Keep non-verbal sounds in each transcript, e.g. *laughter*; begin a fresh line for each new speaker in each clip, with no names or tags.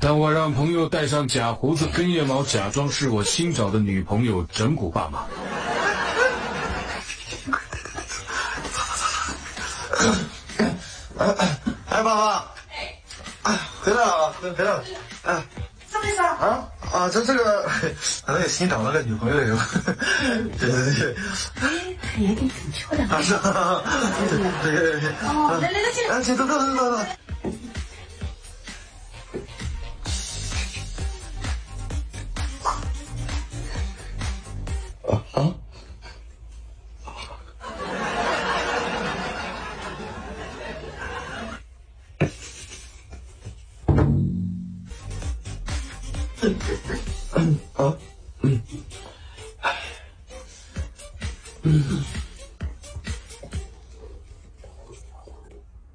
当我让朋友戴上假胡子跟腋毛，假装是我新找的女朋友，整蛊爸妈。
哎，爸爸，哎，回来了，回回来了，哎，
什么意思啊？
啊啊，这这个， *laughs* 可能有新找了个女朋友有， *laughs* 对对对，
哎有点挺秋的。
啊是，啊对对对对，
哦，来来来，进来。
哎，行，走走走走走，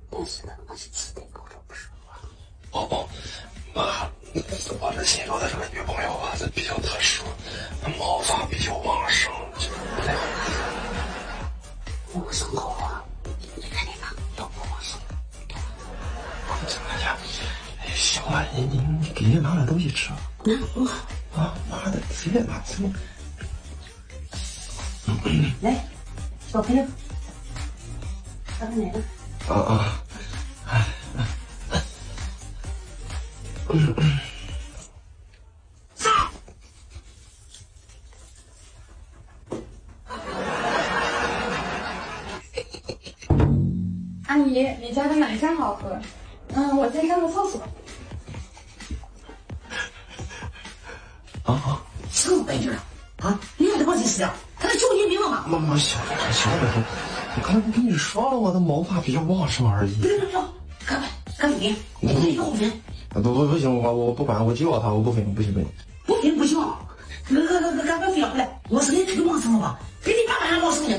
但是呢，我是七点钟不是。
哦，妈，我的新找的这个女朋友啊，她比较特殊，毛发比较旺盛，就是不太好。
我伤口啊，你看那个，都不我手。
哎呀，哎小啊，你你你给你拿点东西吃啊！啊，妈的，随便拿，随便。
来，小朋友，咱们来了。
啊啊，
阿姨，你家的奶真好喝。嗯，我先上个厕所。
什么玩意儿啊？啊，你俩得报警死啊！他在救你命了吗？
妈妈小点声，小点声。我刚才不跟你说了，我的毛发比较旺盛而已。
别别别，赶快，赶紧，你一个红人，
啊不不不行，我我不管，我就要他，我不行不行不行。
不行不行，赶赶赶赶快飞回来！我是给腿忘生了吧？给你爸爸还忘生呢。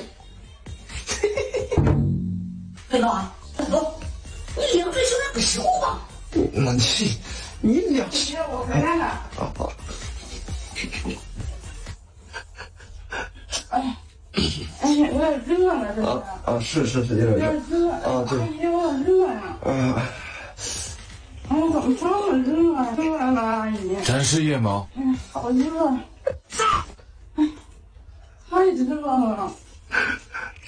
飞刀啊，走，你两岁生那个时候吧。
*laughs* 那你你俩
姐，我回来了。
啊啊
哎呀，有点热呢，这是。
啊！是是是，有
有
点
点热。
啊对
阿姨，有点热呢。
啊。
哎，怎么这么热啊？热了，阿姨。
展示腋毛，
哎呀，好热。哎，太热了。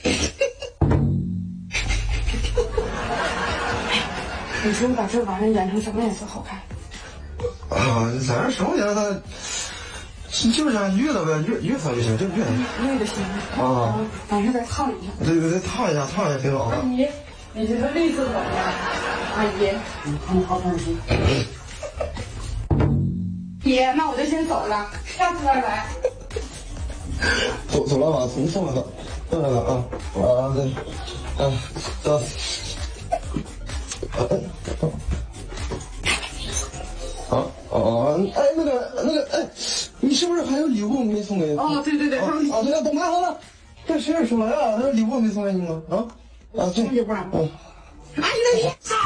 哎你说把这玩意儿染成什么颜色好看？
啊，在这什么颜色？就是按绿的呗，绿绿色就行，这绿的。
绿的行
啊，
晚上再烫一下。
对对对，烫一下，烫一下挺好
阿
的。
姨，你觉得绿色怎么样？阿姨，
你看嗯好看不？
爷，那我就先走了，下次再来。
走走了吧，送送了，送了啊啊对，啊走。啊哦，哎，那个那个，哎，你是不是还有礼物没送给？
哦，对对对，他们
啊，对了，懂了懂了，这谁是说呀？那礼物没送给你吗？啊啊，对，
那就不然吧
嗯
阿姨，那你咋？